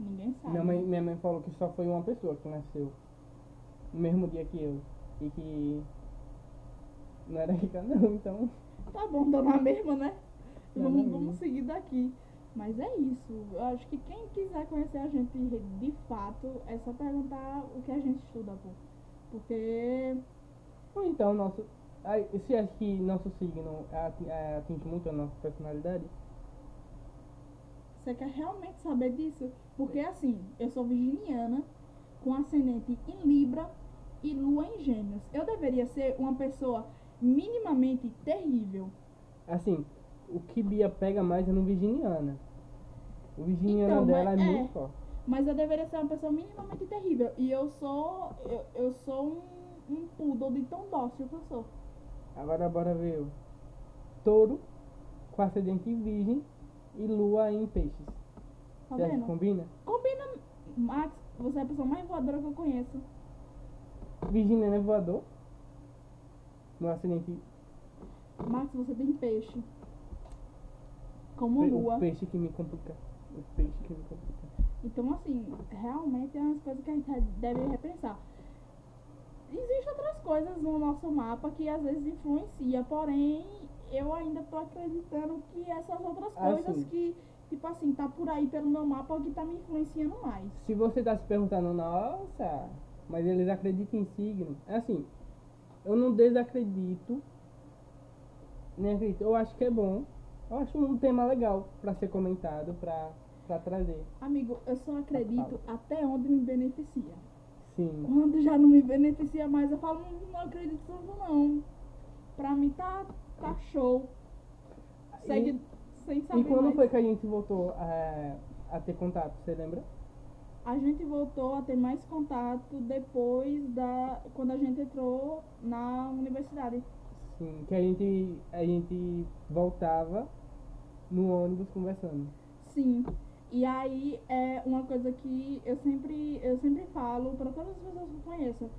A: Ninguém sabe.
B: Minha mãe, minha mãe falou que só foi uma pessoa que nasceu no mesmo dia que eu. E que não era rica não, então.
A: Tá bom, dá na mesma, né?
B: Dá
A: Vamos,
B: na
A: vamos
B: mesma.
A: seguir daqui. Mas é isso. Eu acho que quem quiser conhecer a gente de fato, é só perguntar o que a gente estuda, pô. Porque
B: Ou então nosso. Ai, Você acha que nosso signo ati- eh, atinge muito a nossa personalidade?
A: você quer realmente saber disso. Porque assim, eu sou virginiana, com ascendente em Libra e Lua em Gêmeos. Eu deveria ser uma pessoa minimamente terrível.
B: Assim, o que Bia pega mais é no Virginiana. O Virginiana
A: Então,
B: dela é,
A: mas é.
B: muito forte.
A: Mas eu deveria ser uma pessoa minimamente terrível. E eu sou. Eu, eu sou um, um poodle de tão dócil que eu sou.
B: Agora bora ver o touro com ascendente em virgem e lua em peixes.
A: Tá
B: Você acha que
A: vendo?
B: combina?
A: Combina, Max, você é a pessoa mais voadora que eu conheço.
B: Virginiana é voador. é um No ascendente
A: Max, você tem peixe. Como
B: Pe-
A: lua.
B: O peixe que me complica. O peixe que me complica.
A: Então, assim, realmente é umas coisas que a gente deve repensar. Existem outras coisas no nosso mapa que às vezes influencia, porém, eu ainda tô acreditando que essas outras
B: Ah,
A: coisas
B: sim.
A: que, tipo assim, tá por aí pelo meu mapa que tá me influenciando mais.
B: Se você tá se perguntando, nossa, mas eles acreditam em signo. É assim, eu não desacredito. Nem acredito. Eu acho que é bom. Eu acho um tema legal pra ser comentado, pra, pra trazer.
A: Amigo, eu
B: Tá
A: só acredito até onde me beneficia.
B: Sim.
A: Quando já não me beneficia mais, eu falo, "Hum, não acredito nisso não. Pra mim tá, tá show. Segue sem saber
B: E quando
A: mais.
B: foi que a gente voltou a, a ter contato, você lembra?
A: A gente voltou a ter mais contato depois da. quando a gente entrou na universidade.
B: Sim, que a gente, a gente voltava no ônibus conversando.
A: Sim. E aí é uma coisa que eu sempre, eu sempre falo pra todas as pessoas que eu conheço.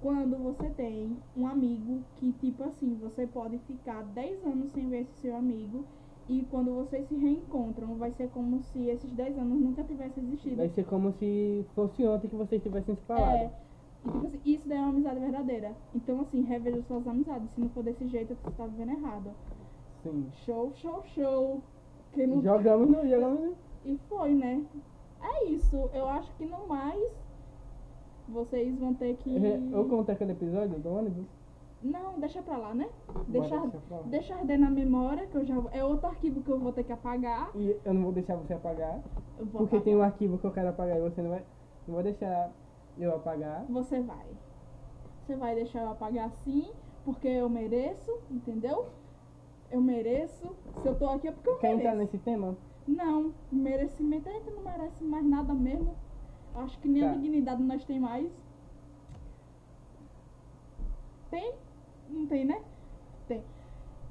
A: Quando você tem um amigo que, tipo assim, você pode ficar 10 anos sem ver esse seu amigo. E quando vocês se reencontram, vai ser como se esses 10 anos nunca tivessem existido.
B: Vai ser como se fosse ontem que vocês tivessem se falado.
A: É. E, tipo assim, isso daí é uma amizade verdadeira. Então, assim, reveja suas amizades. Se não for desse jeito, é que você tá vivendo errado.
B: Sim.
A: Show, show, show. Quem não...
B: Jogamos, não, jogamos. não.
A: E foi, né? É isso. Eu acho que não mais. Vocês vão ter que.
B: É, Eu contei aquele episódio do ônibus.
A: Não, deixa pra lá, né? Deixa,
B: Bora, deixa pra lá.
A: deixa arder na memória, que eu já. É outro arquivo que eu vou ter que apagar.
B: E eu não vou deixar você apagar.
A: Eu vou
B: Porque
A: apagar.
B: tem um arquivo que eu quero apagar e você não vai. Não vou deixar eu apagar.
A: Você vai. Você vai deixar eu apagar sim, porque eu mereço, entendeu? Eu mereço. Se eu tô aqui é porque eu
B: Quer
A: mereço.
B: entrar tá nesse tema?
A: Não, merecimento a gente não merece mais nada mesmo. Acho que nem a
B: Tá.
A: dignidade nós tem mais. Tem? Não tem, né? Tem.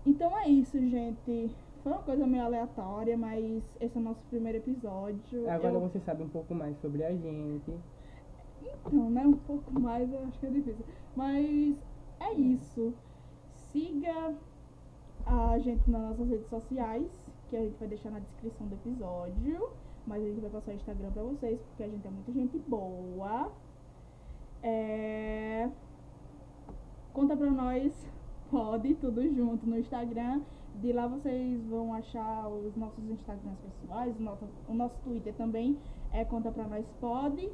A: Então é isso, gente. Foi uma coisa meio aleatória, mas esse é o nosso primeiro episódio.
B: Agora
A: Eu-
B: você sabe um pouco mais sobre a gente.
A: então, né? Um pouco mais eu acho que é difícil. Mas é isso. Siga a gente nas nossas redes sociais, que a gente vai deixar na descrição do episódio. Mas a gente vai passar o Instagram pra vocês, porque a gente é muita gente boa. É... Conta pra nós, pode, tudo junto no Instagram. De lá vocês vão achar os nossos Instagrams pessoais, o nosso, o nosso Twitter também é Conta Pra Nós Pode.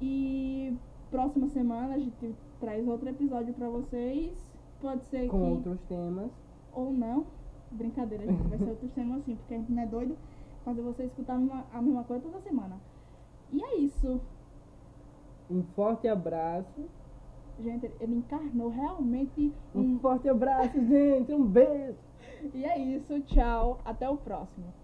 A: E próxima semana a gente traz outro episódio pra vocês. Pode ser
B: Com
A: que
B: outros temas.
A: ou não. Brincadeira, gente. Vai ser outro tema assim, porque a gente não é doido fazer você escutar a mesma, a mesma coisa toda semana. E é isso.
B: Um forte abraço.
A: Gente, ele encarnou realmente
B: Um
A: um.
B: forte abraço, gente. Um beijo.
A: E é isso. Tchau. Até o próximo.